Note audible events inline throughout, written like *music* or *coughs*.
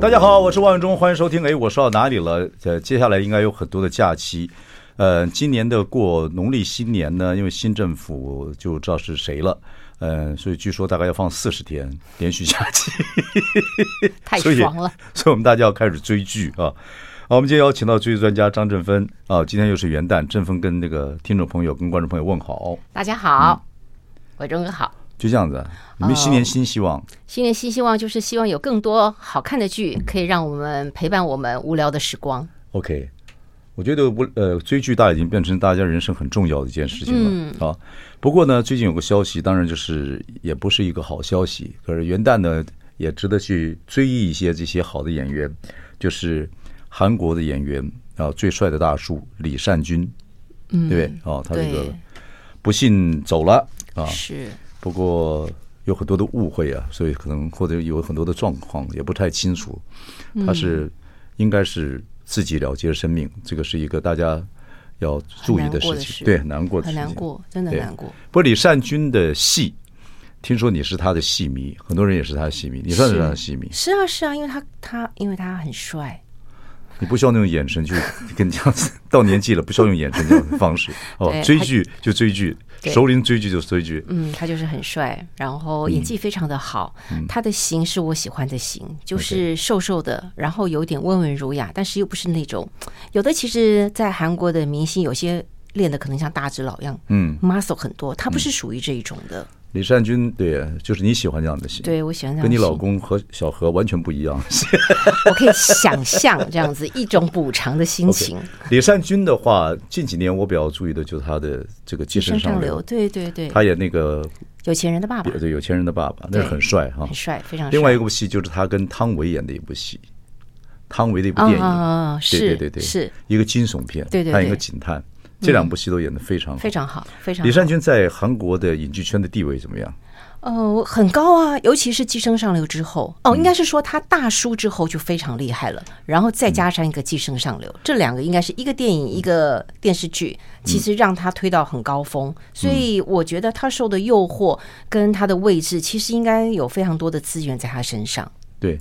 大家好，我是王永忠，欢迎收听。哎，我说到哪里了？呃，接下来应该有很多的假期。呃，今年的过农历新年呢，因为新政府就知道是谁了，呃，所以据说大概要放四十天连续假期，太所以爽了。 *laughs* 所以我们大家要开始追剧啊。好，我们今天邀请到追剧专家张振芬啊，今天又是元旦，振芬跟那个听众朋友、跟观众朋友问好，大家嗯好，伟忠哥好。就这样子啊。你哦们新年新希望，新年新希望就是希望有更多好看的剧，可以让我们陪伴我们无聊的时光。 OK，我觉得我呃追剧大已经变成大家人生很重要的一件事情嗯了、啊。不过呢，最近有个消息，当然就是也不是一个好消息。可是元旦呢，也值得去追忆一些这些好的演员，就是韩国的演员啊，最帅的大叔李善均，嗯，对不对啊，他这个对不幸走了啊，是，不过有很多的误会啊，所以可能或者有很多的状况也不太清楚。嗯他是应该是自己了结生命，这个是一个大家要注意的很难事过的情，事对，难过的事很情，难过，真的对难过。不过李善均的戏，听说你是他的戏迷，很多人也是他的戏迷，你算是他的戏迷，是啊，是啊，因为他他因为他很帅，你不需要那种眼神去跟这样子， *laughs* 到年纪了不需要用眼神这种方 *laughs* 式哦对，追还剧就追剧，对熟龄追剧就追剧，嗯，他就是很帅，然后演技非常的好。嗯他的型是我喜欢的型，就是瘦瘦的，然后有点温文儒雅，但是又不是那种有的。其实，在韩国的明星有些练的可能像大只佬一样，嗯，muscle 很多，他不是属于这一种的。李善均对，就是你喜欢这样的戏，对我喜欢这样跟你的老型公和小何完全不一样。 *laughs* 我可以想象这样子一种补偿的 *laughs* 心情。李善均的话，近几年我比较注意的就是他的这个《寄生上上流流，》，对对对，他演那个有钱人的爸爸有有钱人的爸爸，那是对很帅哈很。帅，非常帅。另外一部戏就是他跟汤唯演的一部戏，汤唯的一部电啊啊啊影啊，对是对对对，是一个惊悚片，对对对嗯还有一个警探，这两部戏都演得非常好非。常好，非常李好。善均在韩国的影剧圈的地位怎么样？呃，很高啊，尤其是《寄生上流》之后，哦，嗯应该是说他大叔之后就非常厉害了，然后再加上一个《寄生上嗯流》，这两个应该是一个电影一个电视剧，其实让他推到很高峰，所以嗯我觉得他受的诱惑跟他的位置，其实应该有非常多的资源在他身上。对。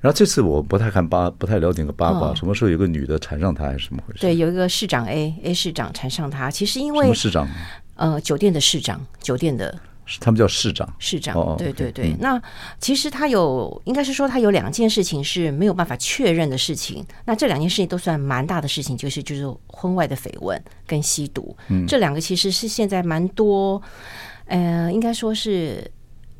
然后这次我不太看八，不太了解那个八卦，哦什么时候有个女的缠上他，还是怎么回事？对，有一个市长 A A 市长缠上他，其实因什为么市长？呃酒店的市长，酒店的是他们叫市长。市长，哦哦对对 OK，对。那其实他有，应该是说他有两件事情是没有办法确认的事情。那这两件事情都算蛮大的事情，就是就是婚外的绯闻跟吸毒，嗯这两个其实是现在蛮多，呃，应该说是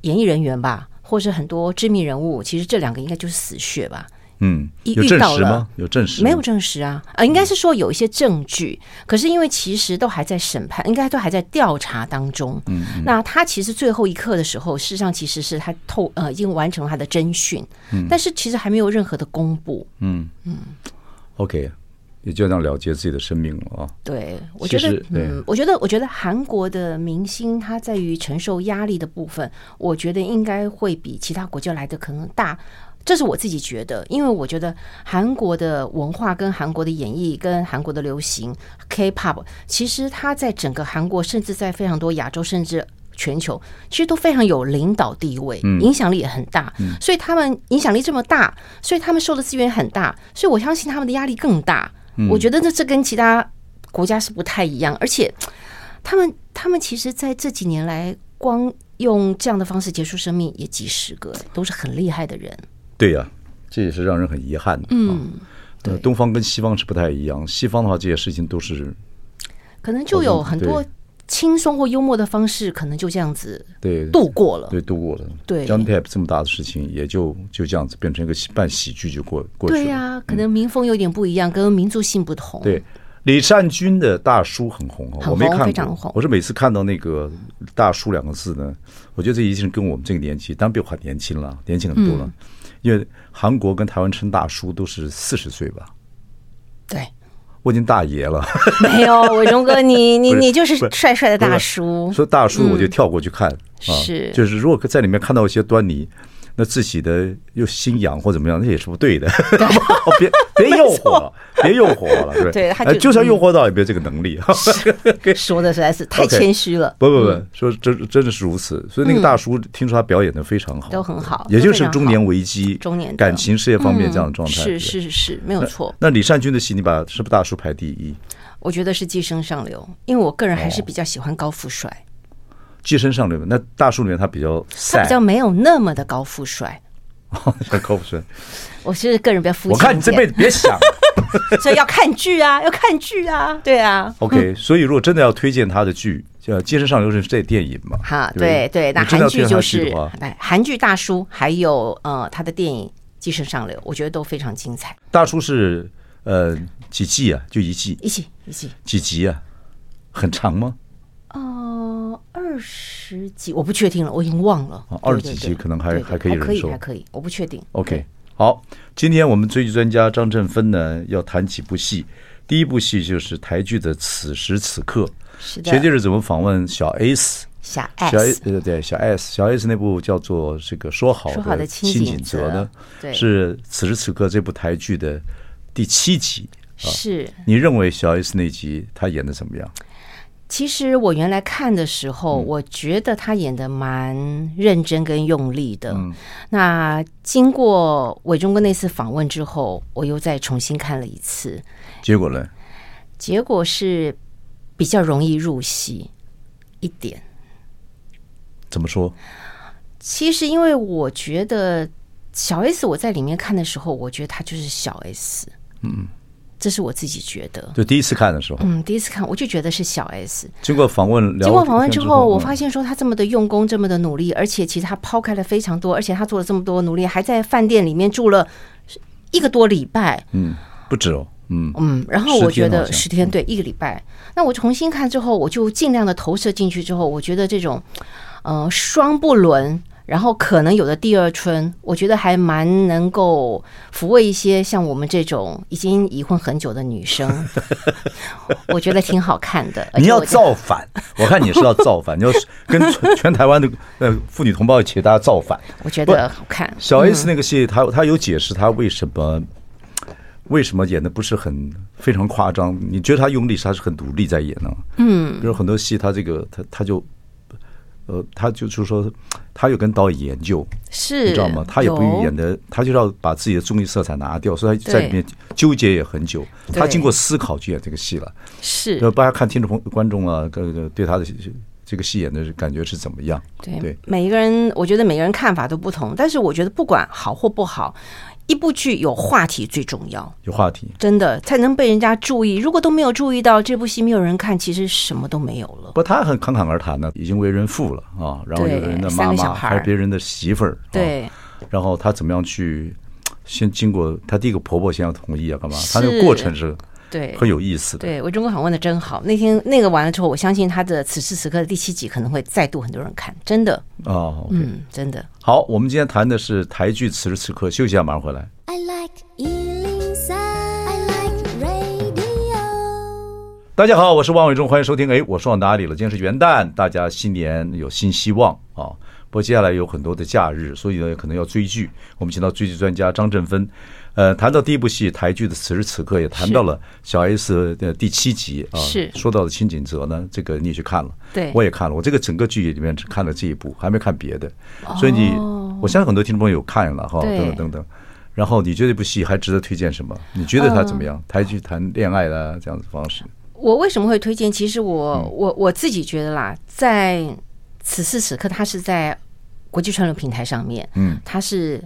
演艺人员吧，或是很多知名人物，其实这两个应该就是死穴吧。嗯，一有遇证到实了吗？有证实吗没有证实啊，呃，应该是说有一些证据，可是因为其实都还在审判，应该都还在调查当中。嗯，那他其实最后一刻的时候，事实上其实是他透呃已经完成了他的侦讯，但是其实还没有任何的公布。 OK，也就这样了结自己的生命了啊。对，我觉其得实，对嗯，我觉得，我觉得韩国的明星他在于承受压力的部分，我觉得应该会比其他国家来的可能大。这是我自己觉得，因为我觉得韩国的文化、跟韩国的演艺、跟韩国的流行 K-pop，其实它在整个韩国，甚至在非常多亚洲，甚至全球，其实都非常有领导地位，嗯影响力也很大。所以他们影响力这么大，所以他们受的资源很大，所以我相信他们的压力更大。嗯我觉得这这跟其他国家是不太一样，而且他们他们其实在这几年来，光用这样的方式结束生命也几十个，都是很厉害的人。对呀、这也是让人很遗憾的。嗯，呃，对东方跟西方是不太一样，西方的话这些事情都是可能就有很多对轻松或幽默的方式，可能就这样子对度过了。对度过的。对，John Depp 这么大的事情，也就就这样子变成一个喜半喜剧就过过去了。对呀、可能民风有点不一样，跟民族性不同。嗯对，李善均的《大叔》很红哦，很我没红看非常过红。我是每次看到那个“大叔”两个字呢，我觉得这一定是跟我们这个年纪，当然比我还年轻了，年轻很多了。嗯因为韩国跟台湾称大叔都是四十岁吧，对，我已经大爷哦了。 *laughs* 没有伟忠哥，你你不是你就是不是帅帅的不大是 *laughs* 叔，说大叔，我就跳过去看、啊，嗯是就是如果在里面看到一些端倪，那自己的又心痒或怎么样，那也是不对 *laughs* 的。别别诱惑了，别诱惑了，对不对他就嗯哎就算诱惑到，也没有这个能力。 *laughs* 说的实在是太 OK 谦虚了。不不不，说真真的是如此。所以那个大叔，听说他表演的非常好，嗯都很好也就是都非常好中年危机、中年的嗯感情、事业方面这样的状态。对是是是，没有错。那李善均的戏，你把是不是大叔排第一？我觉得是寄生上流，因为我个人还是哦比较喜欢高富帅，寄生上流嘛，那大叔里面他比较他晒比，较没有那么的高富帅。像 *laughs* 高富帅。我是个人比较肤浅我一点，看你这辈子别想了。 *laughs* 所以要看剧啊，要看 *laughs* 剧啊，对啊。 OK，所以如果真的要推荐他的剧，叫《街身上流》是这电影嘛？哈，不对对，那你真的韩要推剧荐就他的是剧的话，哎，韩剧大叔，还有呃他的电影《寄生上流》，我觉得都非常精彩。大叔是呃几季啊？就一季一起一起，几集啊？很长吗？呃，二十几，我不确定了，我已经忘了啊。20对对几对集可能还对对还可以还可以，忍受还可以，我不确定。 OK，好，今天我们追剧专家张振芬呢要谈几部戏。第一部戏就是台剧的《此时此刻》，是的前些日子我们访问小 S，小小 S， S 呃对小 S 小 S 那部叫做这个说好说好的亲亲锦锦泽泽呢，对是啊此时此刻这部台剧的第七集。是你认为小 S 那集她演的怎么样？其实我原来看的时候，我觉得他演的蛮认真跟用力的。那经过伟忠哥那次访问之后，我又再重新看了一次，结果呢？结果是比较容易入戏一点。怎么说？其实因为我觉得小 S 我在里面看的时候，我觉得他就是小 S，嗯，这是我自己觉得。就第一次看的时候，嗯，第一次看我就觉得是小 S，经过访问聊，经过访问之后，我发现现说他这么的用功，这么的努力，而且其实他抛开了非常多，而且他做了这么多努力，还在饭店里面住了一个多礼拜。嗯不止哦，嗯嗯，然后10我觉天好得像嗯十天对一个礼拜。那我重新看之后，我就尽量的投射进去之后，我觉得这种呃双不伦。然后可能有的第二春，我觉得还蛮能够抚慰一些像我们这种已经已婚很久的女生， *laughs* 我觉得挺好看的。而且你要我觉得造 *laughs* 反，我看你是要造反，你要跟全全台湾的呃妇女同胞一起大家造反。我觉得好看。小 S 那个戏，她她有解释她为什么为什么演的不是很非常夸张？你觉得她用力，她是很努力在演呢、嗯，比如很多戏，她这个她她就呃，她就就是说，她有跟导演研究，是，你知道吗？她也不有演的，她就要把自己的综艺色彩拿掉，所以她在对里面纠结也很久。对她经过思考去演这个戏了。是呃，大家看听众朋观众啊，呃，对她的这个戏演的感觉是怎么样？对对每一个人，我觉得每个人看法都不同，但是我觉得不管好或不好，一部剧有话题最重要，有话题。真的才能被人家注意。如果都没有注意到这部戏，没有人看，其实什么都没有了。不，他很侃侃而谈呢，已经为人父了啊，然后有对人的三妈个小妈，孩儿还有别人的媳妇儿，啊，对，然后他怎么样去，先经过他第一个婆婆先要同意啊，干嘛？是他那个过程是对，很有意思的。对，我中国访问的真好。那天那个完了之后，我相信他的此时此刻的第七集可能会再度很多人看，真的，啊，嗯，真的。好，我们今天谈的是台剧《此时此刻》，休息一下，马上回来。 I like Ealing Sound. I like radio. 大家好，我是汪伟忠，欢迎收听。哎，我说到哪里了？今天是元旦，大家新年有新希望啊！不过接下来有很多的假日，所以呢，可能要追剧。我们请到追剧专家张振芬，呃，谈到第一部戏台剧的此时此刻，也谈到了小 S 的第七集啊。是说到的清景泽呢，这个你也去看了，对我也看了。我这个整个剧里面只看了这一部，还没看别的。所以你，我相信很多听众朋友有看了哈，哦对等等等等。然后你觉得这部戏还值得推荐什么？你觉得它怎么呃样？台剧谈恋爱啦，这样子方式。我为什么会推荐？其实我、嗯我我自己觉得啦，在此时此刻，它是在国际串流平台上面，嗯，它是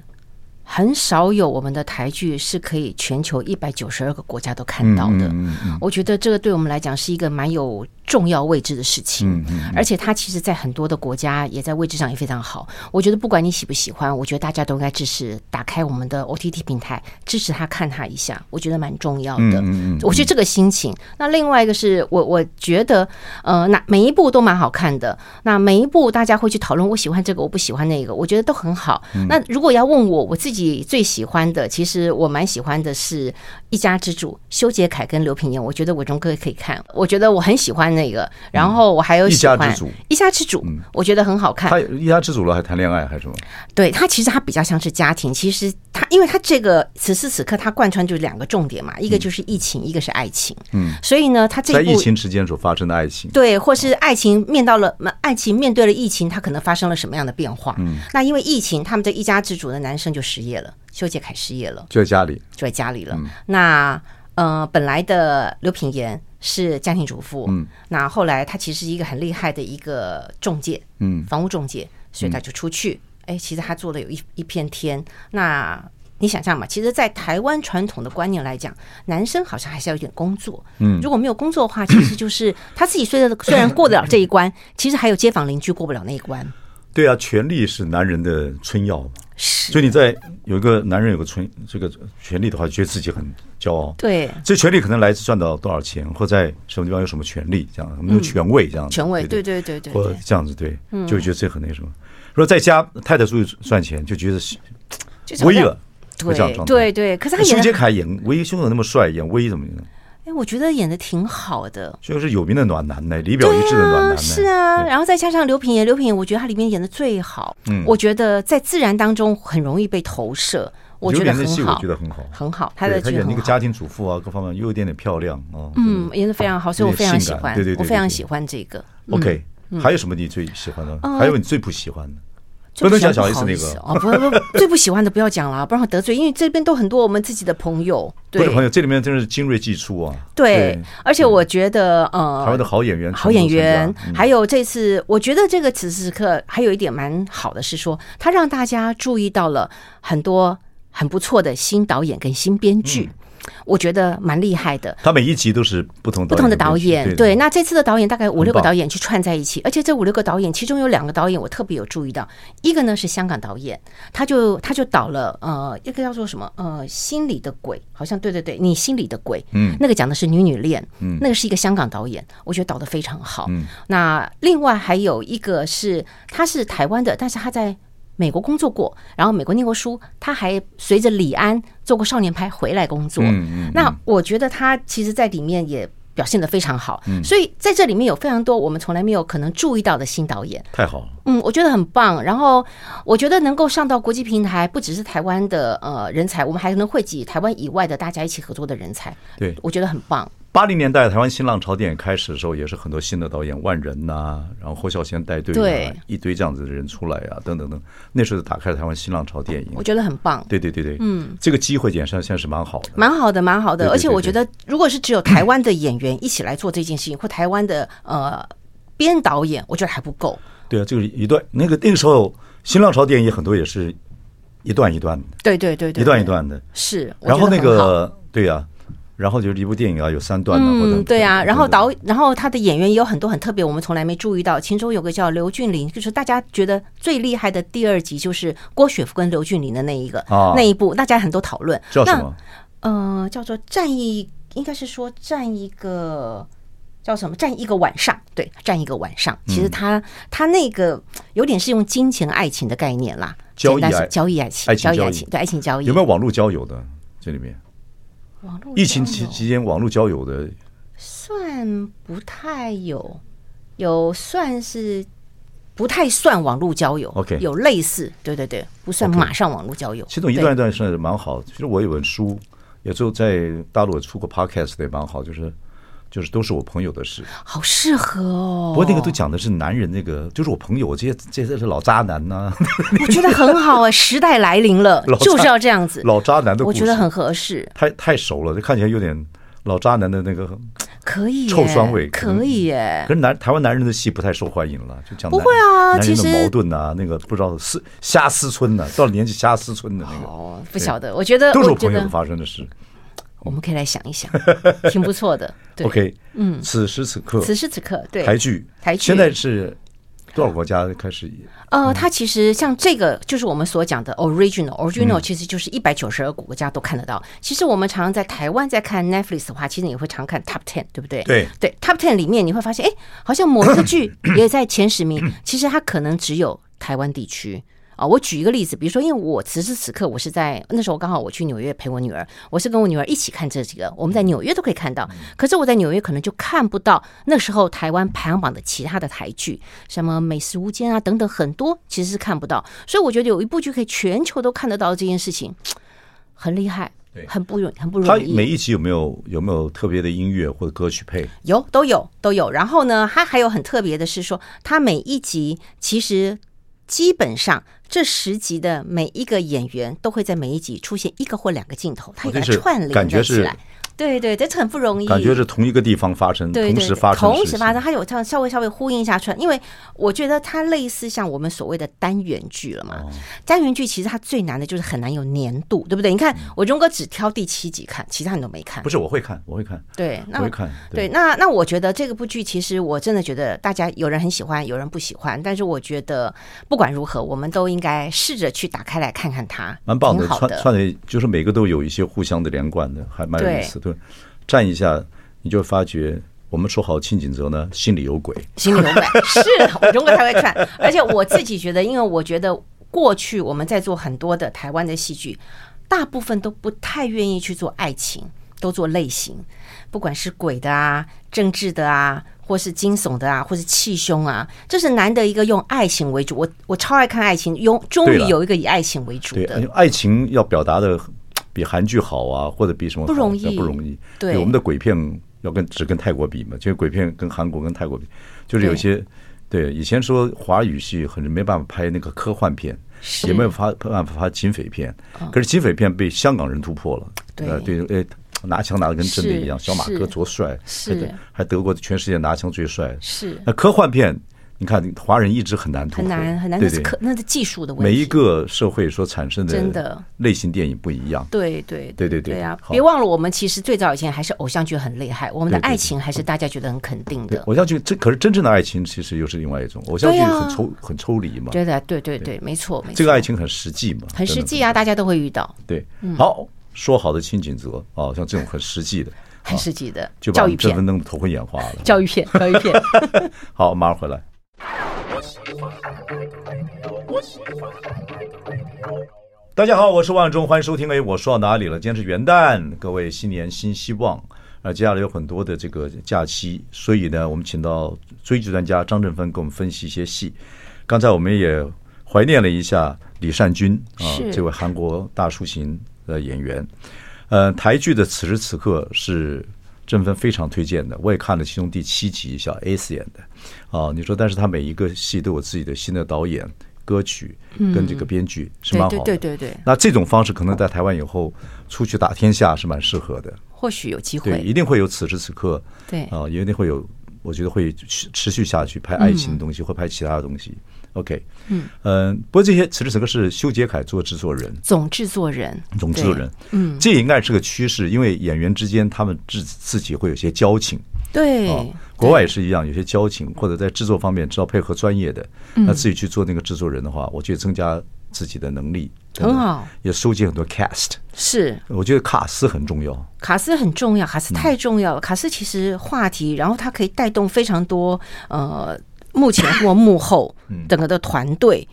很少有我们的台剧是可以全球一百九十二个国家都看到的。嗯嗯我觉得这个对我们来讲是一个蛮有重要位置的事情，嗯嗯而且它其实，在很多的国家也在位置上也非常好。我觉得不管你喜不喜欢，我觉得大家都应该支持，打开我们的 OTT 平台，支持他看他一下，我觉得蛮重要的。嗯嗯嗯我觉得这个心情。那另外一个是我我觉得，呃，那每一部都蛮好看的，那每一部大家会去讨论，我喜欢这个，我不喜欢那个，我觉得都很好。嗯那如果要问我我自己最喜欢的，其实我蛮喜欢的是一家之主，修杰楷跟刘品言，我觉得伟忠哥可以看，我觉得我很喜欢那个，然后我还有嗯一喜家欢之主嗯一家之主，我觉得很好看他。一家之主了，还谈恋爱还是什么？对它其实它比较像是家庭，其实它因为它这个此时此刻它贯穿就是两个重点嘛，一个就是疫情，一个是爱情，嗯，所以呢，它这嗯在一部疫情之间所发生的爱情，对，或是爱情面到了，嗯爱情面对了疫情，它可能发生了什么样的变化？嗯，那因为疫情，他们这一家之主的男生就失业了，修杰楷失业了，就在家里，就在家里了。嗯那呃，本来的刘品言是家庭主妇，嗯，那后来他其实是一个很厉害的一个中介，嗯，房屋中介，所以他就出去。哎、其实他做了有一一片天。那你想象嘛，其实，在台湾传统的观念来讲，男生好像还是要有点工作。嗯，如果没有工作的话，其实就是他自己虽然虽然过得了这一 *laughs* 关，其实还有街坊邻居过不了那一关。对啊，权力是男人的春药嘛。是，所以你在有一个男人有个春这个权利的话，觉得自己很骄傲。对，这权利可能来自赚到多少钱，或在什么地方有什么权利，这样有没有权位这样子。权威，对对对对对嗯或对，这样子对，就觉得这很那什么。如果在家太太出去赚钱，就觉得是就是好威像了。会这样对状态对对，可是他修演杰的，楷演威，凶手那么帅，演威怎么样？哎，我觉得演的挺好的。就是有名的暖男呢，里表一致的暖男呢。是啊，对然后再加上刘品言，刘品言，我觉得他里面演的最好。嗯我觉得在自然当中很容易被投射，我觉有得点那很戏我好觉，得很好。很好，他对的他剧演那很个好。家庭主妇啊，各方面又有点点漂亮啊。嗯，演的非常好，所以我非常喜有点性感欢，对对对我非常对对喜欢这个。 OK，还嗯有什么你最喜欢的？呃还有你最不喜欢的？不最能喜欢讲小不 S 好那意个思哦，不不不，最不喜欢的不要讲了，不然我得罪，因为这边都很多我们自己的朋友，不对是朋友，这里面真是精锐技出啊。对，而且我觉得呃，台湾的嗯好演员，好演员，全部参加还有这次，我觉得这个此时此刻还有一点蛮好的是说，他让大家注意到了很多很不错的新导演跟新编剧，我觉得蛮厉害的。嗯他每一集都是不同不同的导编剧演，对，那这次的导演大概五六个很棒导演去串在一起，而且这五六个导演，其中有两个导演我特别有注意到，一个呢是香港导演，他就他就导了呃一个叫做什么呃心里的鬼，好像对对对，你心里的鬼，嗯那个讲的是女女恋，嗯，那个是一个香港导演，我觉得导的非常好，嗯，那另外还有一个是他是台湾的，但是他在。美国工作过，然后美国念过书，他还随着李安做过少年派回来工作。嗯嗯那我觉得他其实在里面也表现得非常好，嗯所以在这里面有非常多我们从来没有可能注意到的新导演，太好了。嗯，我觉得很棒。然后我觉得能够上到国际平台，不只是台湾的呃人才，我们还能汇集台湾以外的大家一起合作的人才，对，我觉得很棒。八零年代台湾新浪潮电影开始的时候，也是很多新的导演，万人呐、然后侯孝贤带队、啊，对一堆这样子的人出来啊，等等等，那时候打开了台湾新浪潮电影我。觉得很棒。对对对对，嗯，这个机会点上现在是蛮好的，蛮好的，蛮好对的，对而且对我觉得，如果是只有台湾的演员一起来做这件事情，或台湾的呃编导演，我觉得还不够。对啊，这个一段那个那个时候新浪潮电影也很多也是一段一段的，对对对对，一段一对段的，是。我然后觉得那很好，个对呀、然后就是一部电影啊，有三段啊，或者嗯，对啊，等等然后导，然后他的演员也有很多很特别，我们从来没注意到。其中有个叫刘俊霖，就是大家觉得最厉害的第二集，就是郭雪芙跟刘俊霖的那一个、啊那一部，大家很多讨论。叫什那么？呃，叫做站一，应该是说站一个叫什么？站一个晚上，对，站一个晚上。其嗯实他、他那个有点是用金钱爱情的概念啦，交易简单是爱交易爱情，爱情易交爱易情，对，爱情交易有没有网络交友的？这里面网络疫情交期友期间网络交友的算不太有，有算是。不太算网络交友 OK 有类似，对对对，不算 OK 马上网络交友。其实我一对段一段是蛮好。其实我有本书，也就在大陆也出过 podcast 的也蛮好，就是就是都是我朋友的事。好适合哦。不过那个都讲的是男人那个，就是我朋友这些这些是老渣男呐、 *laughs* 我觉得很好哎，时代来临了老，就是张要这样子。老渣男的故我事，觉得很合适。太太熟了，就看起来有点老渣男的那个可以耶臭酸味可以耶可。是男台湾男人的戏不太受欢迎了，就讲哎不男会啊嗯男人其实的矛盾呐、那个不知道是瞎思春呐、到了年纪瞎思春的那个，哦，不晓得，我觉得，都是我我觉朋友得发生的事。我们可以来想一想，挺不错的。对 OK，嗯，此时此刻，此时此刻，对，台剧，台剧现在是多少国家开始？呃，它其实像这个，就是我们所讲的 original，original 其实就是一百九十二个国家都看得到。其实我们常常在台湾在看 Netflix 的话，其实你会常看 Top Ten，对不对？对对，Top Ten 里面你会发现，哎，好像某一个 *coughs* 剧也在前十名，其实它可能只有台湾地区。啊，我举一个例子，比如说，因为我此时此刻我是在那时候刚好我去纽约陪我女儿，我是跟我女儿一起看这几个，我们在纽约都可以看嗯到，可是我在纽约可能就看不到那时候台湾排行榜的其他的台剧，什么《美食无间》啊等等很多，其实是看不到，所以我觉得有一部剧可以全球都看得到这件事情，很厉害对，很不容很不他容易。每一集有没有有没有特别的音乐或者歌曲配？有都有都有。然后呢，它还有很特别的是说，它每一集其实基本上这十集的每一个演员都会在每一集出现一个或两个镜头，它哦给它这是串联感觉在起是来。对对，这很不容易。感觉是同一个地方发生，对对同对时发生，同时发生，。它有这样稍微稍微呼应一下串，因为我觉得它类似像我们所谓的单元剧了哦嘛。单元剧其实它最难的就是很难有年度，对不对？你看我荣哥只挑第七集看，其他你都没看嗯不。是，我会看，我会看，对，我那会看。对，，那那我觉得这个部剧，其实我真的觉得大家有人很喜欢，有人不喜欢，但是我觉得不管如何，我们都应该试着去打开来看看它，蛮棒的挺，好串串的，就是每个都有一些互相的连贯的，还蛮有意思。对，站一下，你就发觉我们说好清景泽呢，心里有鬼。心里 *laughs* 有鬼，是我中国才会串。而且我自己觉得，因为我觉得过去我们在做很多的台湾的戏剧，大部分都不太愿意去做爱情，都做类型，不管是鬼的啊、政治的啊。或是惊悚的啊，或是气胸啊，这是难得一个用爱情为主。我我超爱看爱情，用终于对了有一个以爱情为主对，哎的。爱情要表达的比韩剧好啊，或者比什么好不容易比较不容易。对我们的鬼片要跟只跟泰国比嘛，就是鬼片跟韩国跟泰国比，就是有对些对以前说华语系很没办法拍那个科幻片，是嗯也没有发办法拍警匪片，可是警匪片被香港人突破了，对呃对，呃，拿枪拿的跟真的一样，是小马哥是多帅，是还得还德国全世界拿枪最帅，是那科幻片。你看，华人一直很难突破，很难很难，对那是对可那是技术的问题。每一个社会所产生真的的类型电影不一样。对对对对对对啊！好别忘了，我们其实最早以前还是偶像剧很厉害，我们的对对对爱情还是大家觉得很肯定的。偶像剧真可是真正的爱情其实又是另外一种，偶像剧对啊很抽、很抽离嘛，觉得对对对，没错没错，这个爱情很实际嘛，真很实的际啊，大家都会遇到，对，好说好的清景泽啊，像这种很实际的，很实际的就把教我育们振片奋，弄得头昏眼花了。教育 *laughs* 片，教育片。好，马上回来。大家好，我是万忠，欢迎收听。哎，我说到哪里了？今天是元旦，各位新年新希望。啊，接下来有很多的这个假期，所以呢，我们请到追剧专家张振芬给我们分析一些戏。刚才我们也怀念了一下李善均啊是，这位韩国大叔型的演员。呃，台剧的此时此刻是振芬非常推荐的，我也看了其中第七集，小 S 演的。啊，你说，但是他每一个戏都有自己的新的导演、歌曲跟这个编剧，是对蛮好对的。嗯对对对，那这种方式可能在台湾以后出去打天下是蛮适合的，或许有机对，会，一定会有此时此刻，对啊，一定会有，我觉得会持持续下去拍爱情的东嗯西，或拍其他的东西。OK，嗯不过这些此时此刻是修杰楷做制作人，总制作人，总制作人，嗯，这也应该是个趋势，因为演员之间他们自自己会有些交情，对，啊对，国外也是一样，有些交情或者在制作方面知道配合专业的，那自己去做那个制作人的话，我觉得增加自己的能力，很好，也收集很多 cast。是我觉得卡斯很重要，卡斯很重要，卡嗯斯太重要了。卡斯其实话题，然后它可以带动非常多呃幕前或 *laughs* 幕后嗯整个的团队。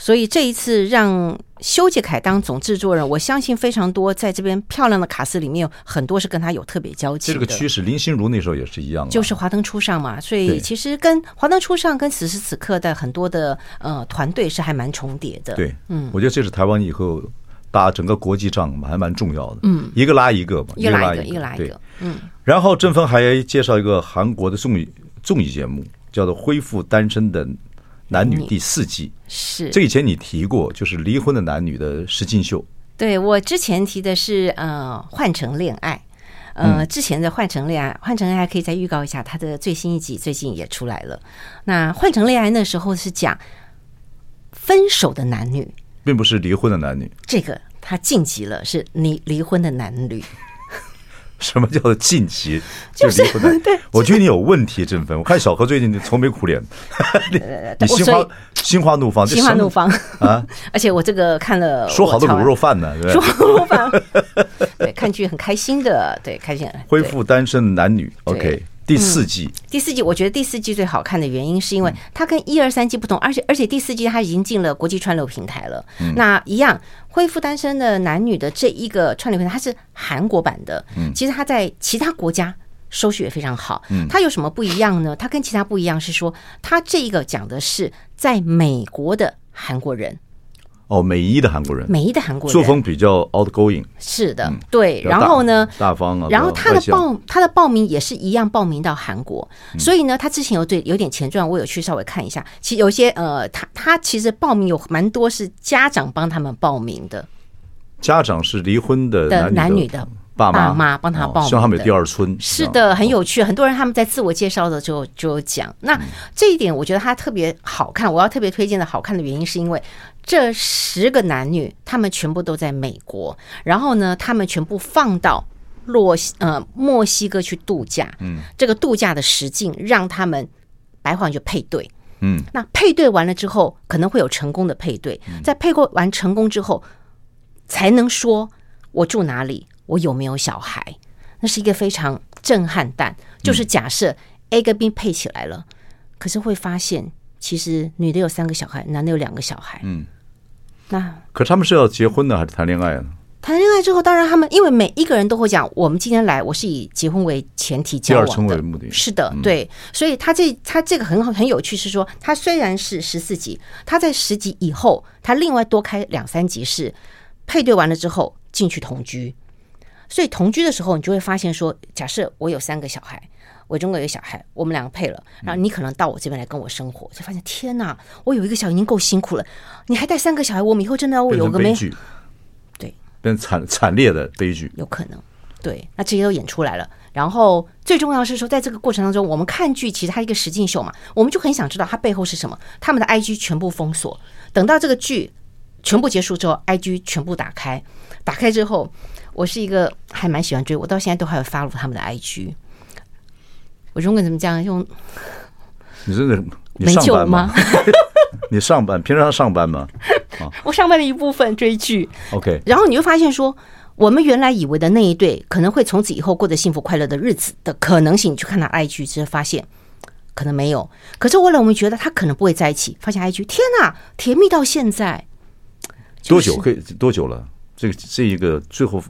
所以这一次让修杰楷当总制作人，我相信非常多在这边漂亮的卡斯里面，很多是跟他有特别交这集是的。个趋势。林心如那时候也是一样啊，就是华灯初上嘛，所以对其实跟华灯初上跟此时此刻的很多的呃团队是还蛮重叠的。对，嗯，我觉得这是台湾以后打整个国际仗嘛，还蛮重要的，嗯，一个拉一个嘛，一个拉拉一个，一个拉一对个。，嗯，然后郑峰还介绍一个韩国的综艺综艺节目，叫做《恢复单身的男女》第四季。是这以前你提过，就是离婚的男女的实境秀，对我之前提的是呃，换成恋爱。呃，嗯之前的《换乘恋爱》，《换乘恋爱》可以再预告一下，它的最新一集最近也出来了。那《换乘恋爱》那时候是讲分手的男女，并不是离婚的男女。 *laughs* 这个它晋级了，是离离婚的男女。什么叫做近期？就是离婚 *laughs* 的男女。我觉得你有问题，振芬。我看小何最近愁眉苦脸， *laughs* 你你心呃所以花心花怒放，这心花什么怒放 *laughs* 啊！而且我这个看了，说好的卤肉，饭呢？对不对说好的卤肉饭， *laughs* 对，看剧很开心的，对，开心恢。对复单身男女，OK，第四季第四季，我觉得第四季最好看的原因是嗯因为它跟一二三季不同，而且而且第四季它已经进了国际串流平台了。嗯那一样恢复单身的男女的这一个串流平台，它是韩国版的，嗯其实它在其他国家。收视也非常好，它有什么不一样呢？它跟其他不一样是说，它这一个讲的是在美国的韩国人，哦，美一的韩国人美裔的韩国人作风比较 outgoing，是的，对。比较然大后呢，大方啊，然后比较他的外向报他的报名也是一样报名到韩国，所以呢，他之前有对有点前传，我有去稍微看一下。其实有一些呃，他他其实报名有蛮多是家长帮他们报名的家长是离婚的的男女女的爸爸妈帮他哦报名希望他们有的第二春。嗯啊是这样，的，很有趣。很多人他们在自我介绍的时候就有讲，那这一点我觉得它特别好看。我要特别推荐的好看的原因，是因为这十个男女他们全部都在美国，然后呢，他们全部放到。洛西呃墨西哥去度假，嗯，这个度假的实境让他们白皇就配对，嗯，那配对完了之后，可能会有成功的配对，在配过完成功之后，才能说我住哪里，我有没有小孩，那是一个非常震撼弹。就是假设 A 跟 B 配起来了，可是会发现其实女的有三个小孩，男的有两个小孩。嗯，那可他们是要结婚呢，还是谈恋爱呢？谈恋爱之后，当然他们因为每一个人都会讲，我们今天来，我是以结婚为前提第交二往春为的。嗯目的，是的，对，所以他这他这个很好很有趣，是说他虽然是十四集，他在十集以后，他另外多开两三集是配对完了之后进去同居，所以同居的时候你就会发现说，假设我有三个小孩，我中国有一个小孩，我们两个配了，然后你可能到我这边来跟我生活，就发现天哪，我有一个小孩已经够辛苦了，你还带三个小孩，我们以后真的要变有成个没悲剧，对，变成惨惨烈的悲剧。有可能。对，那这些都演出来了。然后最重要是说，在这个过程当中，我们看剧其实它一个实境秀嘛，我们就很想知道它背后是什么。他们的 IG 全部封锁，等到这个剧全部结束之后，IG 全部打开。打开之后，我是一个还蛮喜欢追，我到现在都还有 follow 他们的 IG。我中文怎么讲？用你真的你没上救了班吗吗？ *laughs* 你上班，平常上班吗我上班的一部分追剧， ？OK，然后你就发现说，我们原来以为的那一对可能会从此以后过得幸福快乐的日子的可能性，你去看他 IG 之后发现。可能没有，可是为了我们觉得他可能不会在一起，发现 IG 天哪，甜蜜到现在，多就是久可以多久了？这个这一个最后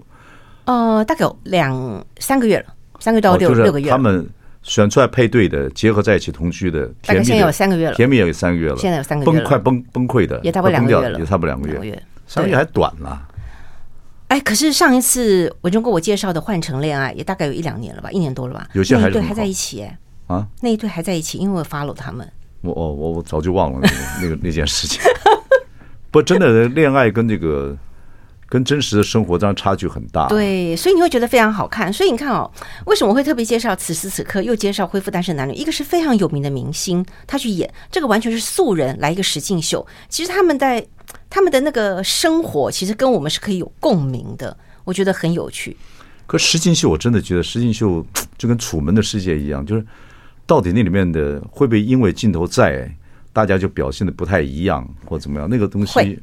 呃，大概有两三个月了，三个月到哦六、就是六个月了，他们选出来配对的，结合在一起同居的，大概甜蜜现在的有三个月了甜蜜也有三个月了，现在有三个月崩了快崩崩溃的，也差不快多两崩个掉月了，也差不多两个月，月，三个对月还短了。哎，可是上一次文忠跟我介绍的《换乘恋爱》也大概有一两年了吧，一年多了吧，有些那还一是对很还在好一起、哎，啊，那一对还在一起，因为我 follow 他们，我哦我我早就忘了那个 *laughs* 那个那件事情。 *laughs* 不，真的恋爱跟这个跟真实的生活当然差距很大。，对，所以你会觉得非常好看。所以你看哦，为什么会特别介绍此时此刻又介绍恢复单身男女？一个是非常有名的明星，他去演这个完全是素人来一个实境秀。其实他们在他们的那个生活，其实跟我们是可以有共鸣的，我觉得很有趣。可石进秀我真的觉得石进秀就跟《楚门的世界》一样，就是到底那里面的会不会因为镜头在，大家就表现的不太一样或怎么样？那个东会西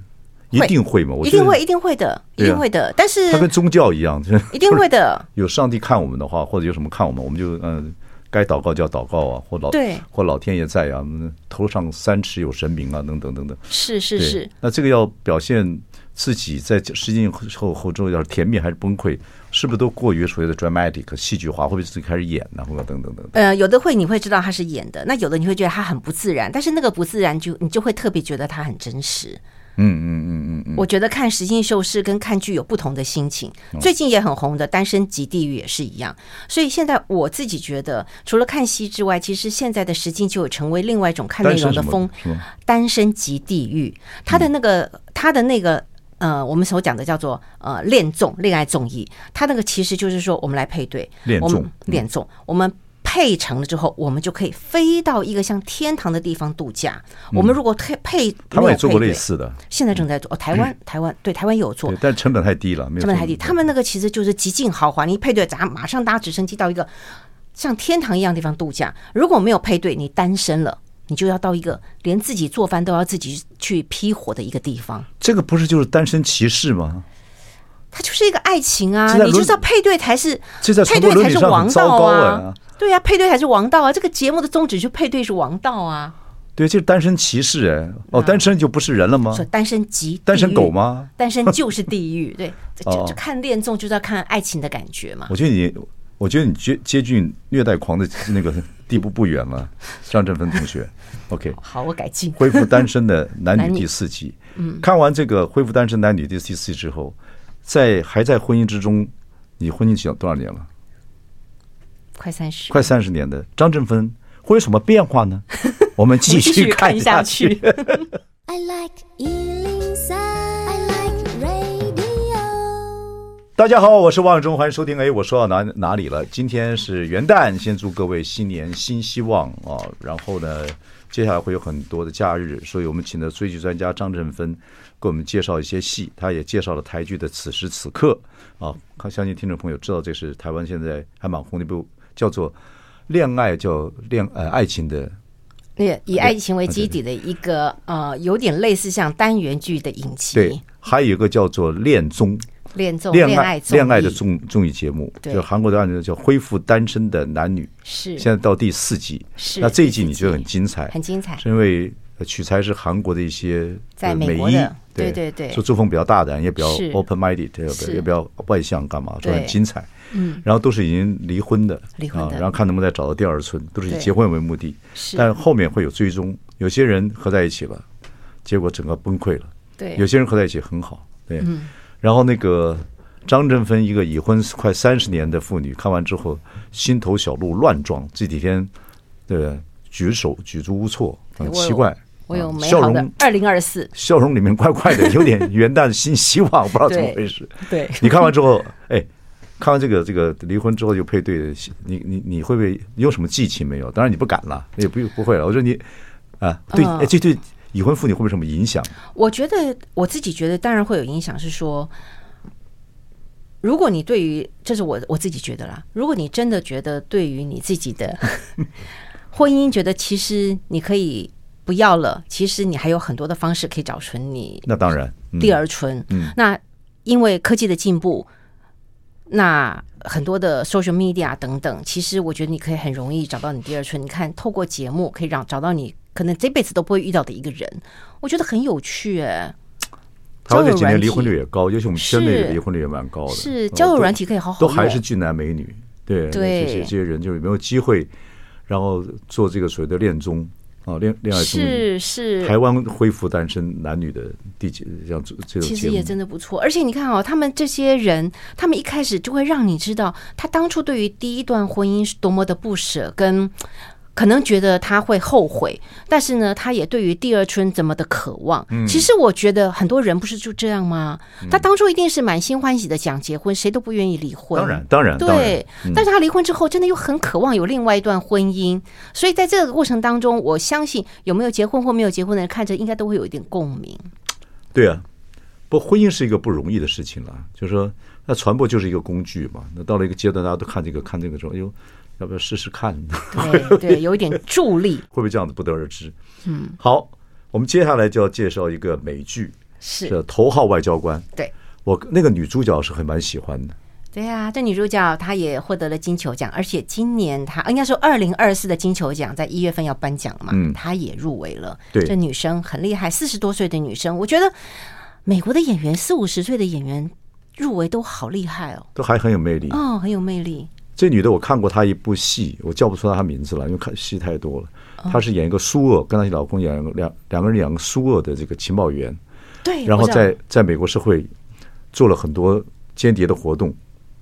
一定会吗？我一觉得定会，一定会的，一对啊定会的。但是它跟宗教一样，就是一定会的，有上帝看我们的话，或者有什么看我们，我们就嗯、呃该祷告就要祷告啊，或老对或老天爷在啊，嗯头上三尺有神明啊，等等等等。是是对是。。那这个要表现自己在失禁后后之后，要是甜蜜还是崩溃，是不是都过于所谓的 dramatic 戏剧化？会不会自己开始演呢、或者等等等等。呃，有的会你会知道他是演的，那有的你会觉得他很不自然，但是那个不自然就你就会特别觉得他很真实。嗯嗯嗯嗯嗯，我觉得看实境秀是跟看剧有不同的心情。最近也很红的《单身即地狱》也是一样，所以现在我自己觉得，除了看戏之外，其实现在的实境就有成为另外一种看内单容身的什风么。是吗？嗯单身即地狱，他的那个他的那个呃，我们所讲的叫做呃恋综、恋爱综艺，它那个其实就是说我们来配对，恋我们综嗯恋综，我们。配成了之后，我们就可以飞到一个像天堂的地方度假。我们如果配配，他们没有嗯也做过配类对，似嗯的，现在正在做。哦，台湾，台湾对台湾也有做对，，但成本太低了，没有这么做海地，他们那个其实就是极尽豪华，你一配对，咱马上搭直升机到一个像天堂一样的地方度假。如果没有配对，你单身了，你就要到一个连自己做饭都要自己去批火的一个地方。这个不是就是单身歧视吗？它就是一个爱情啊，这在你伦就是要配对才是，这在配传播对伦才理是上王很糟道糕啊啊！。对啊，配对才是王道啊！这个节目的宗旨就配对是王道啊，对，这是单身歧视哎！哦，嗯单身就不是人了吗所？以单身即单身地狱狗？吗？单身就是地狱，对，这这哦这看恋综就是要看爱情的感觉嘛。我觉得你，我觉得你接接近虐待狂的那个地步不远了，张振芬同学。OK，好，我改进。恢复单身的男男女女第四季。嗯，看完这个恢复单身男女第四季之后，在还在婚姻之中，你婚姻几多少年了？快三十，快三十年的张振芬会有什么变化呢？我们 *laughs* 继继续续看看下下去去。 I like Ealing Sound. I like radio. 大家好，我是王永忠，欢迎收听。哎，我说到哪哪里了？今天是元旦，先祝各位新年新希望啊！然后呢，接下来会有很多的假日，所以我们请的追剧专家张振芬给我们介绍一些戏，他也介绍了台剧的《此时此刻》啊。看，相信听众朋友知道，这是台湾现在还蛮红的一部叫做《恋爱叫恋呃爱情的也以爱情为基底的一个呃，有点类似像单元剧的影集，对》，还有一个叫做《恋综》。恋综、恋爱爱综艺、恋爱的综综艺节目，对就韩国的案子叫《恢复单身的男女》，是现在到第四季。是那这一季第四你觉得季很精彩？很精彩是因为呃取材是韩国的一些在呃美美国医的，对对对说作风比较大胆，也比较是 open minded，也比是较也比较外向，干嘛？说对很精彩。嗯，然后都是已经离婚的，离婚啊的然后看能不能再找到第二春，都是以对结婚为目的。是但后面会有追踪，有些人合在一起了，结果整个崩溃了。对嗯有些人合在一起很好，对。然后那个张振芬，一个已婚快三十年的妇女，看完之后心头小鹿乱撞，这几天呃举手举足无措，很对我有奇怪。我有啊美笑好的容，二零二四，笑容里面怪怪的，有点元旦新希望，不知道怎么回事。对，你看完之后， *laughs* 哎，看完这个这个离婚之后就配对的，你你你会不会你有什么忌情没有？当然你不敢了，也不不会了。我说你啊，对，嗯哎，这对已婚妇女会不会有什么影响？我觉得我自己觉得当然会有影响，是说，如果你对于这是我我自己觉得啦，如果你真的觉得对于你自己 *laughs* 的婚姻，觉得其实你可以不要了，其实你还有很多的方式可以找寻你那当然，嗯第二春。嗯那因为科技的进步，那很多的 social media 等等，其实我觉得你可以很容易找到你第二春。你看，透过节目可以让找到你可能这辈子都不会遇到的一个人，我觉得很有趣、哎，台湾这几交友软年体离婚率也高，尤其我们圈内是离婚率也蛮高的。是哦交友都软体可以好好都用还是俊男美女，对对这些这些人就是没有机会，然后做这个所谓的恋综啊，恋恋爱综艺。是是，台湾恢复单身男女的第几像这这种其节实目也，真的不错。而且你看哦，他们这些人，他们一开始就会让你知道，他当初对于第一段婚姻是多么的不舍，跟可能觉得他会后悔，但是呢，他也对于第二春怎么的渴望。嗯其实我觉得很多人不是就这样吗？他当初一定是满心欢喜的想结婚，谁都不愿意离婚。当然当嗯然当然对，但是他离婚之后，真的又很渴望有另外一段婚姻，所以在这个过程当中，我相信有没有结婚或没有结婚的人看着，应该都会有一点共鸣。对啊。不，婚姻是一个不容易的事情了，就是说，那传播就是一个工具嘛。那到了一个阶段，大家都看这个看这个之后，哎呦，要不要试试看？ *laughs* 对对，有一点助力，会不会这样子不得而知。嗯，好，我们接下来就要介绍一个美剧，是是头号外交官。对我那个女主角是很蛮喜欢的，对啊，这女主角她也获得了金球奖，而且今年她呃应该说二零二四的金球奖在一月份要颁奖嘛，嗯她也入围了。对这女生很厉害，四十多岁的女生，我觉得美国的演员四五十岁的演员入围都好厉害哦，都还很有魅力。哦，很有魅力。这女的我看过她一部戏，我叫不出来她名字了，因为看戏太多了。哦她是演一个苏俄，跟她老公演两两个人演个苏俄的这个情报员，对，然后我知道在在美国社会做了很多间谍的活动，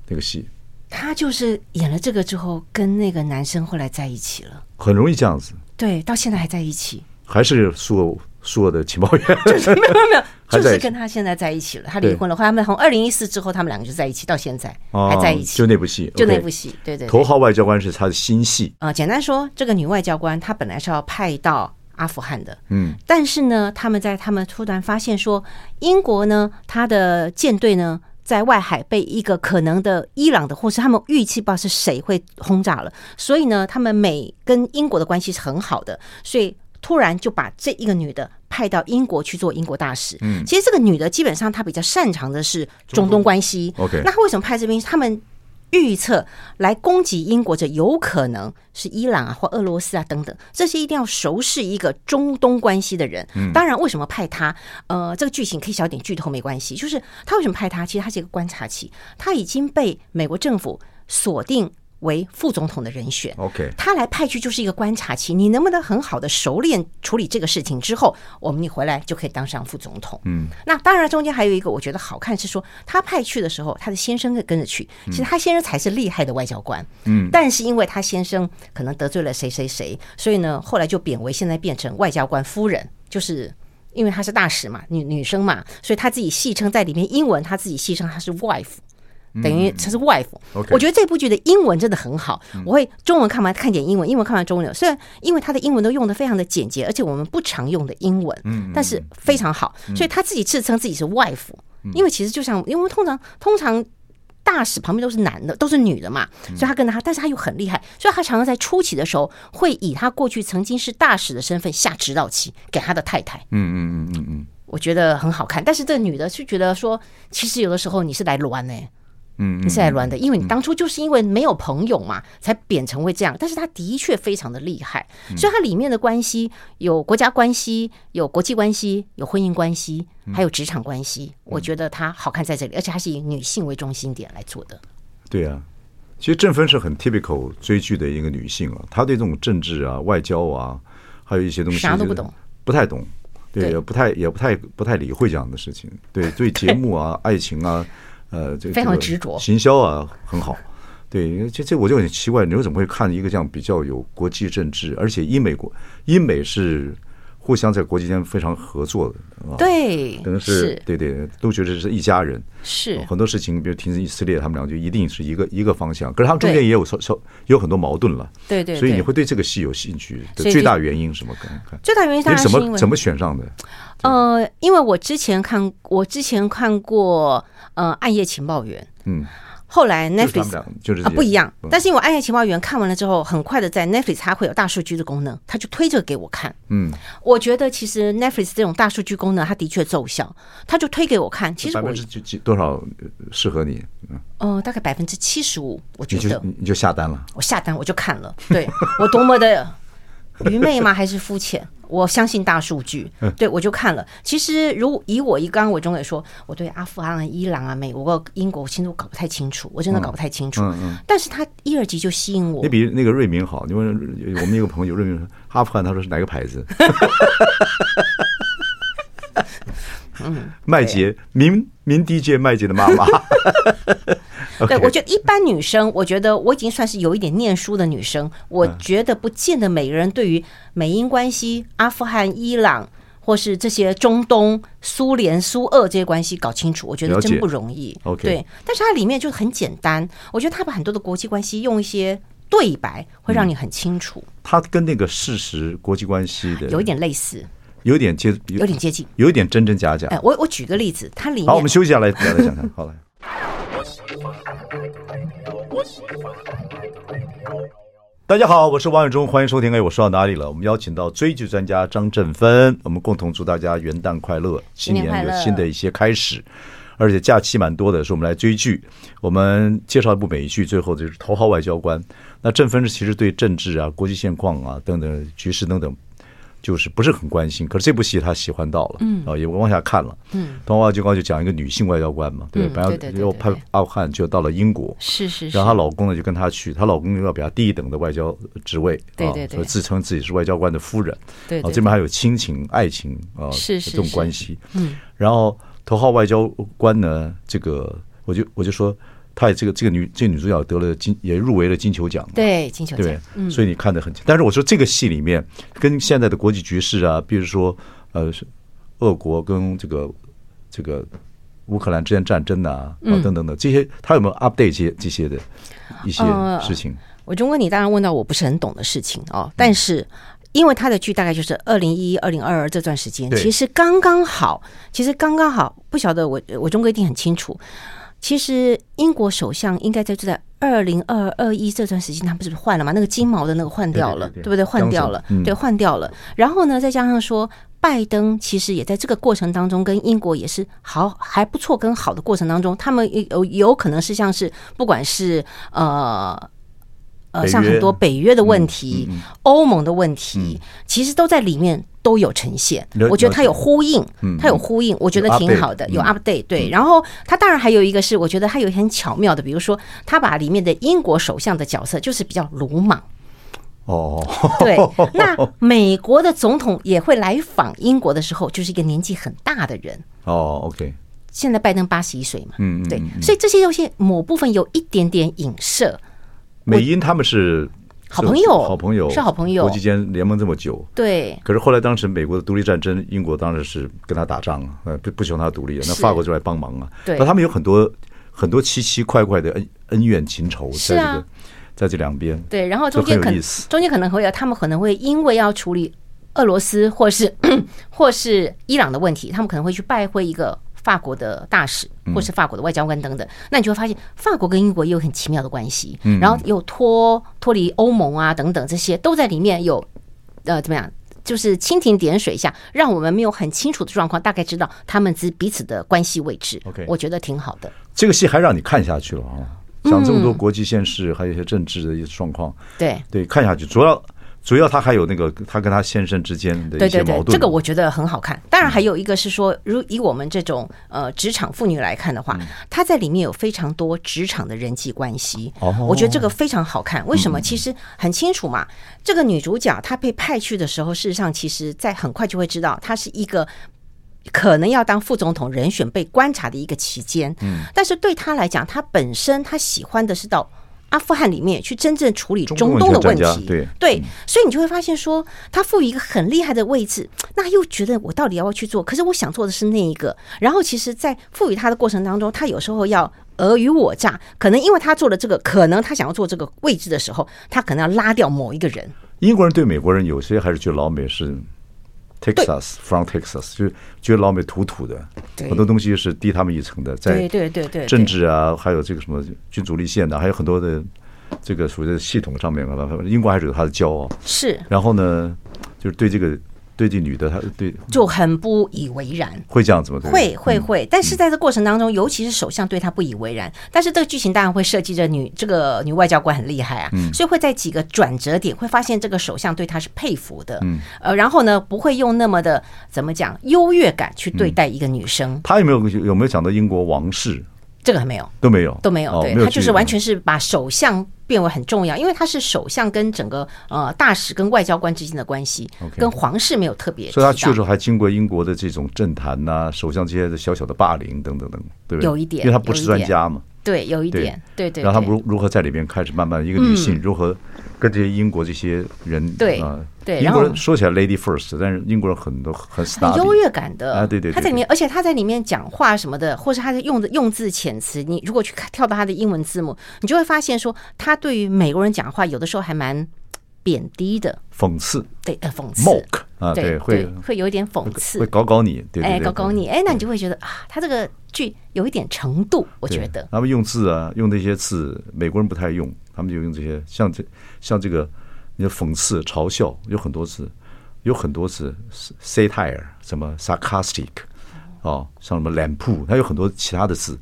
那个戏她就是演了这个之后，跟那个男生后来在一起了，很容易这样子，对，到现在还在一起。还是苏俄硕的情报员，没有没有，还就在一是起跟他现在在一起了，他对离婚了，后来他们从二零一四之后，他们两个就在一起，到现在 *laughs* 还在一啊起，就那部戏，就那 OK 部戏，对对对。头号外交官是他的新戏，啊、简单说，这个女外交官她本来是要派到阿富汗的，嗯，但是呢，他们在他们突然发现说，英国呢，他的舰队呢。在外海被一个可能的伊朗的，或是他们预期不知道是谁会轰炸了，所以呢，他们美跟英国的关系是很好的，所以突然就把这一个女的派到英国去做英国大使。嗯，其实这个女的基本上她比较擅长的是中东关系。 OK 那她为什么派这边？他们预测来攻击英国者，有可能是伊朗啊或俄罗斯啊等等，这些一定要熟视一个中东关系的人。当然，为什么派他？呃，这个剧情可以小点剧透没关系。就是他为什么派他？其实他是一个观察期，他已经被美国政府锁定为副总统的人选。 OK 他来派去就是一个观察期，你能不能很好的熟练处理这个事情之后，我们你回来就可以当上副总统。嗯，那当然中间还有一个我觉得好看是说，他派去的时候，他的先生跟跟着去，其实他先生才是厉害的外交官。嗯，但是因为他先生可能得罪了谁谁谁，所以呢后来就贬为现在变成外交官夫人，就是。因为她是大使嘛，女女生嘛，所以她自己戏称在里面英文，她自己戏称她是 wife，等于她是 wife、嗯 OK 嗯我觉得这部剧的英文真的很好，我会中文看完看点英文，英文看完中文。虽然因为它的英文都用的非常的简洁，而且我们不常用的英文，嗯但是非常好。所以他自己自称自己是外服，嗯因为其实就像因为通常通常。大使旁边都是男的，都是女的嘛，嗯所以他跟着他，但是他又很厉害，所以他常常在初期的时候会以他过去曾经是大使的身份下指导棋给他的太太，嗯嗯嗯嗯嗯我觉得很好看。但是这女的就觉得说，其实有的时欸候你是来乱呢、嗯你是来乱的，因为你当初就是因为没有朋友嘛，才贬成为这样。但是她的确非常的厉害，嗯所以它里面的关系有国家关系、有国际关系、有婚姻关系，嗯还有职场关系。我觉得它好看在这里，而且它是以女性为中心点来做的。对啊，其实郑芬是很 typical 追剧的一个女性啊，她对这种政治啊、外交啊，还有一些东西啥都不就是懂，不太懂，对，对也不太也不太不太理会这样的事情， *laughs* 对，对节目啊、爱情啊，呃，这个非常这个执着行销啊很好。对，这这我就很奇怪，你们怎么会看一个这样比较有国际政治，而且英美国英美是互相在国际间非常合作的啊，，对可能，是哦对对，都觉得是一家人。是很多事情，比如停止撕裂，他们俩就一定是一个一个方向。可是他们中间对也有稍稍有很多矛盾了，对对所以对你会对这个戏有兴趣的所以最就大原因是什么？看看最大原因当你然怎是因么为怎么选上的？呃，因为我之前看，我之前看过呃《暗夜情报员》，嗯，后来就是他们 Netflix 俩就是嗯啊不一样，但是是因为《暗夜情报员》看完了之后，很快的在 Netflix 它会有大数据的功能，它就推这个给我看。嗯，我觉得其实 Netflix 这种大数据功能，它的确奏效，它就推给我看。其嗯实百我分之几几多少呃适合你？嗯呃大概百分之七十五，我觉你得就你就下单了。我下单我就看了，对 *laughs* 我多 *laughs* 么的愚昧吗？还是肤浅？我相信大数据，嗯对我就看了。其实，如以我一刚刚我中也说，我对阿富汗、啊、伊朗啊、美国、英国，其实我搞不太清楚，我嗯真的搞不太清楚。但是它一二集就吸引我你，比那个瑞明好，因为我们一个朋友瑞明说阿富汗，他说是哪个牌 *laughs* 子？嗯 *laughs* 麦杰，啊民民迪界麦杰的妈妈。 *laughs* *laughs* 对 OK 我觉得一般女生，我觉得我已经算是有一点念书的女生，嗯我觉得不见得每个人对于美英关系、阿富汗、伊朗。或是这些中东、苏联、苏俄这些关系搞清楚，我觉得了解真不容易。 OK 对，但是它里面就很简单，我觉得它把很多的国际关系用一些对白，会让你很清楚，它跟那个事实国际关系的有一点类似，有点接有点接近。有点真真假假哎、。我我举个例子，它里面好，我们休息下来再来讲 *laughs* 讲。好了，大家好，我是王永忠，欢迎收听。哎，我说到哪里了？我们邀请到追剧专家张振芬，我们共同祝大家元旦快乐，新新年年快有乐新的一些开始。而且假期蛮多的，所以我们来追剧。我们介绍一部美剧，最后就是《头号外交官》。那振芬其实对政治啊、国际现况啊等等局势等等就是不是很关心，可是这部戏他喜欢到了，嗯，啊，也往下看了，嗯，《东方外交官》就讲一个女性外交官嘛，对嗯吧，然后对对对又对派对阿富汗就到了英国，是是是然后她老公呢就跟她去，她老公又要比她低一等的外交职位，对啊对对所以自称自己是外交官的夫人，对啊对，这边还有亲情、爱情啊，是是这种是关系，嗯，然后头号外交官呢，这个我就我就说，她也这个这个女这个女主角得了金，也入围了金球奖，对金球奖对，所以你看得很清。但是我说这个戏里面跟现在的国际局势啊，比如说呃，是俄国跟这个这个乌克兰之间战争呐、啊，嗯啊等等等这些，他有没有 update 这些这些的一些呃事情？我中问你当然问到我不是很懂的事情嗯哦，但是因为他的剧大概就是二零一、二零二二这段时间，对其实刚刚好，其实刚刚好，不晓得我我中哥一定很清楚。其实英国首相应该在就在二零二二一这段时间，他不是换了吗？那个金毛的那个换掉对了，对对对不对？换掉了， Johnson，嗯对，换掉了。然后呢，再加上说。拜登其实也在这个过程当中，跟英国也是好还不错，跟好的过程当中，他们有有可能是像是不管是呃呃，北像很约嗯多北约的问题、嗯嗯嗯欧盟的问题，其实都在里面都有呈现了。我觉得它了解有呼应嗯，它有呼应，我觉得有挺 update，好的，有嗯 update。对，然后它当然还有一个是，我觉得它有很巧妙的，比如说它把里面的英国首相的角色就是比较鲁莽。哦， *laughs* 对，那美国的总统也会来访英国的时候，就是一个年纪很大的人。哦，OK，现在拜登八十一岁嘛，嗯嗯对嗯，嗯所以这些东西某部分有一点点影射，美英他们是好朋友好朋友是好朋友国际间联盟这么久。对，可是后来，当时美国的独立战争，英国当然是跟他打仗啊，呃，不不喜欢他独立，那是法国就来帮忙啊。对那他们有很多很多奇奇怪怪的恩恩怨情仇，是在这啊个在这两边。对，然后这中间很有可能意思中间可能会有，他们可能会因为要处理俄罗斯或是或是伊朗的问题，他们可能会去拜会一个法国的大使，嗯或是法国的外交官等等。那你就会发现，法国跟英国也有很奇妙的关系，嗯然后又脱脱离欧盟啊等等，这些都在里面有呃怎么样？就是蜻蜓点水下，让我们没有很清楚的状况，大概知道他们之彼此的关系位置。 OK 我觉得挺好的。这个戏还让你看下去了啊！讲这么嗯多国际现实，还有一些政治的一些状况，对，对，看下去。主要主要他还有那个他跟他先生之间的对一些对对矛，盾。嗯这个我觉得很好看。当然，还有一个是说，如以我们这种呃职场妇女来看的嗯话，她在里面有非常多职场的人际关系哦。嗯我觉得这个非常好看。为什么？其实很清楚嘛。这个女主角她被派去的时候，事实上其实在很快就会知道，她是一个可能要当副总统人选被观察的一个期间。嗯，但是对他来讲，他本身他喜欢的是到阿富汗里面去真正处理中东的中问东的题。专家嗯所以你就会发现说，他赋予一个很厉害的位置，那又觉得我到底要不要去做？可是我想做的是那一个。然后其实，在赋予他的过程当中，他有时候要。尔虞我诈，可能因为他做了这个，可能他想要做这个位置的时候，他可能要拉掉某一个人。英国人对美国人有些还是觉得老美是 Texas from Texas，就是觉得老美土土的，对很多东西是低他们一层的，在对对对对，政治啊，还有这个什么君主立宪的，还有很多的这个所谓的系统上面啊，英国还是有他的骄傲。是然后呢，就是对这个对这女的，她对就很不以为然。会这样子吗？对嗯不对会会会，但是在这过程当中，尤其是首相对他不以为然。但是这个剧情当然会设计着女这个女外交官很厉害啊，嗯所以会在几个转折点会发现这个首相对他是佩服的，嗯呃，然后呢不会用那么的怎么讲优越感去对嗯待一个女生，他有没有有没有讲到英国王室这个还没有。都没有都没有，哦对没有他去就是完全是把首相变为很重要，因为他是首相跟整个呃大使跟外交官之间的关系 OK 跟皇室没有特别提所到。以他去的时候还经过英国的这种政坛呐、首相这些的小小的霸凌等等等，对不对？有一点因为他不是专家嘛。对有一对点，对对，然后他对嗯们如如何在里面开始慢慢一个女性如何跟这些英国这些人对啊，对英然国后人说起来 lady first，但是英国人很多很 s t 很 u 优 d 越感的啊对对对他在里面，而且他在里面讲话什么的，或是他的用的用字遣词，你如果去看跳到他的英文字幕，你就会发现说，他对于美国人讲话有的时候还蛮贬低的，讽刺对，呃，讽刺 mock 啊，对会会有一点讽刺会，搞搞你，对哎，对对，搞搞你，哎，那你就会觉得啊，他这个剧有一点程度，我对。觉得他们用字啊，用那些字，美国人不太用，他们就用这些，像这像这个，你讽刺、嘲笑，有很多字，有很多字，satire 什么 sarcastic，哦，像什么脸谱，它有很多其他的字，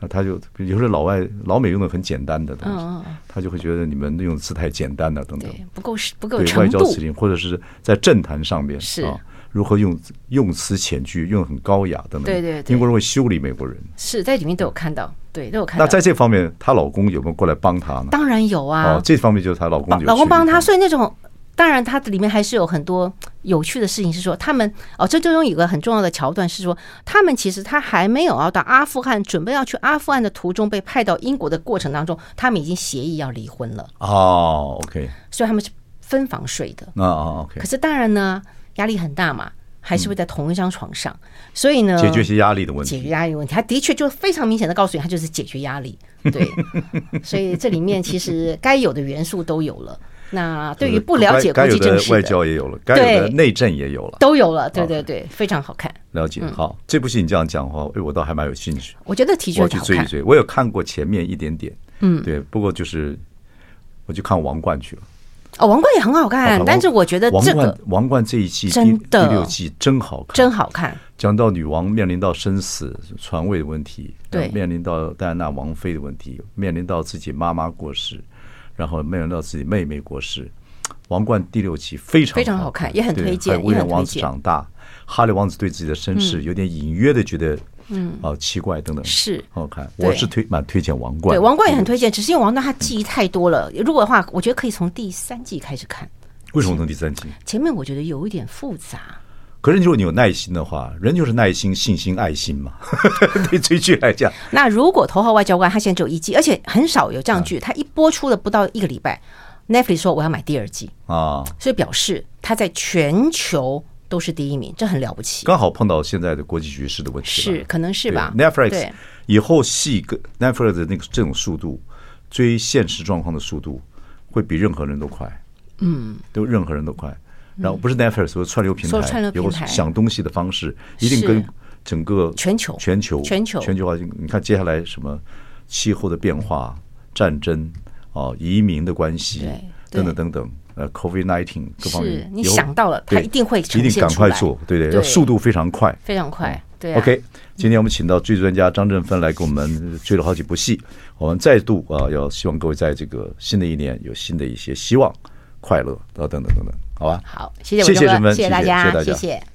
那他就有时候老外老美用的很简单的东西，他就会觉得你们用字太简单了，啊等等。嗯对不够是不够对外程交度辞，令，或者是在政坛上面是啊，如何用用词遣句，用得很高雅等等。对对对英国人会修理美国人。是在里面都有看到，对，都有看那到。在这方面，她老公有没有过来帮她呢？当然有啊哦，，这方面就是她老公帮有老公趣的帮地他，方所以那种当然他里面还是有很多有趣的事情，是说他们哦，这最终有个很重要的桥段是说，他们其实他还没有要到阿富汗，准备要去阿富汗的途中被派到英国的过程当中，他们已经协议要离婚了，哦，OK，所以他们是分房睡的。那啊 OK，可是当然呢，压力很大嘛。还是会在同一张床上，所以呢，解决一些压力的问解决题。压力问题，他的确就非常明显的告诉你，他就是解决压 *laughs* 力。对，所以这里面其实该有的元素都有了。那对于不了解该该国有际的政事外的交也有了，该有的对内政也有了。都有了，对对对，嗯非常好看。了解，好，这部戏你这样讲的话，哎，我倒还蛮有兴趣，我觉得的我确要去好追一看。追。我有看过前面一点点，嗯，对，不过就是我去看王冠去了。哦，王冠也很好看，但是我觉得王这冠个王冠这一季第真的第六季真好看，真好看。讲到女王面临到生死传位的问题，对面临到戴安娜王妃的问题，面临到自己妈妈过世，然后面临到自己妹妹过世，《王冠》第六期非常非常好好看也很推荐对还有威也很廉推王子荐长大，哈利王子对自己的身世有点隐约的觉得，嗯，哦，奇怪等等，是好看。对我是推蛮推荐《王冠》，对，王冠也很推荐，只是因为王冠他记忆太多了。如果的话，我觉得可以从第三季开始看，为什么从第三季？前面我觉得有一点复杂。可是如果你有耐心的话，人就是耐心、信心、爱心嘛。 *laughs* 对追剧来讲，那如果《头号外交官》他现在只有一季，而且很少有这样嗯剧，他一播出了不到一个礼拜，Netflix 说我要买第二季，啊，所以表示他在全球都是第一名，这很了不起。刚好碰到现在的国际局势的问题了是，可能是吧对 Netflix 对以后戏跟 Netflix 的那个这种速度追现实状况的速度，会比任何人都快。嗯，都任何人都快。然后不是 Netflix，说串流平嗯说台，串流平以后台想东西的方式一定是跟整个全球全球、全球全球化。你看接下来什么气候的变化、战争啊、移民的关系对等等对等等，呃，COVID nineteen 各方面是，你以后想到了它对一定会呈一定现赶出快来做，对对，对要速度非常快。非常快，对、啊。 OK，今天我们请到追剧专家张振芬来给我们呃追了好几部戏，我们再度啊，要希望各位在这个新的一年有新的一些希望、快乐啊等等等等，好吧？好，谢谢谢文谢忠振哥，芬谢谢谢大谢谢家谢，大家谢